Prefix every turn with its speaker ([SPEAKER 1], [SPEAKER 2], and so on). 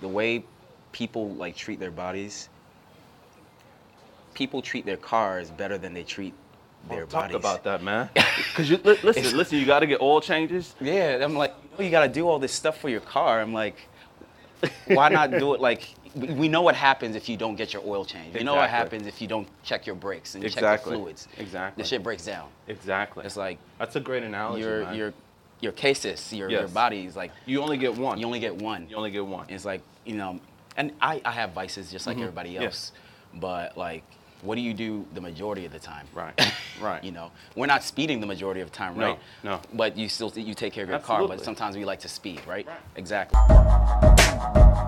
[SPEAKER 1] the way people like treat their bodies, people treat their cars better than they treat their
[SPEAKER 2] Talk
[SPEAKER 1] bodies.
[SPEAKER 2] about that, man. Because you li- listen, listen, you got to get oil changes.
[SPEAKER 1] Yeah, I'm like, you, know, you got to do all this stuff for your car. I'm like, why not do it like? we- We know what happens if you don't get your oil changed. You know what
[SPEAKER 2] Exactly.
[SPEAKER 1] happens if you don't check your brakes and check
[SPEAKER 2] Exactly.
[SPEAKER 1] your fluids.
[SPEAKER 2] Exactly.
[SPEAKER 1] The shit breaks down.
[SPEAKER 2] Exactly.
[SPEAKER 1] It's like
[SPEAKER 2] that's a great analogy.
[SPEAKER 1] your
[SPEAKER 2] man.
[SPEAKER 1] your your cases, your your
[SPEAKER 2] Yes.
[SPEAKER 1] body is like
[SPEAKER 2] you only get one.
[SPEAKER 1] you only get one.
[SPEAKER 2] You only get one.
[SPEAKER 1] It's like you know, and I I have vices just like everybody
[SPEAKER 2] Mm-hmm. Yeah.
[SPEAKER 1] else, but like. What do you do the majority of the time?
[SPEAKER 2] Right, right.
[SPEAKER 1] you know, we're not speeding the majority of the time,
[SPEAKER 2] No,
[SPEAKER 1] right?
[SPEAKER 2] no.
[SPEAKER 1] But you still you take care of your car,
[SPEAKER 2] Absolutely.
[SPEAKER 1] but sometimes we like to speed, right?
[SPEAKER 2] Right.
[SPEAKER 1] Exactly.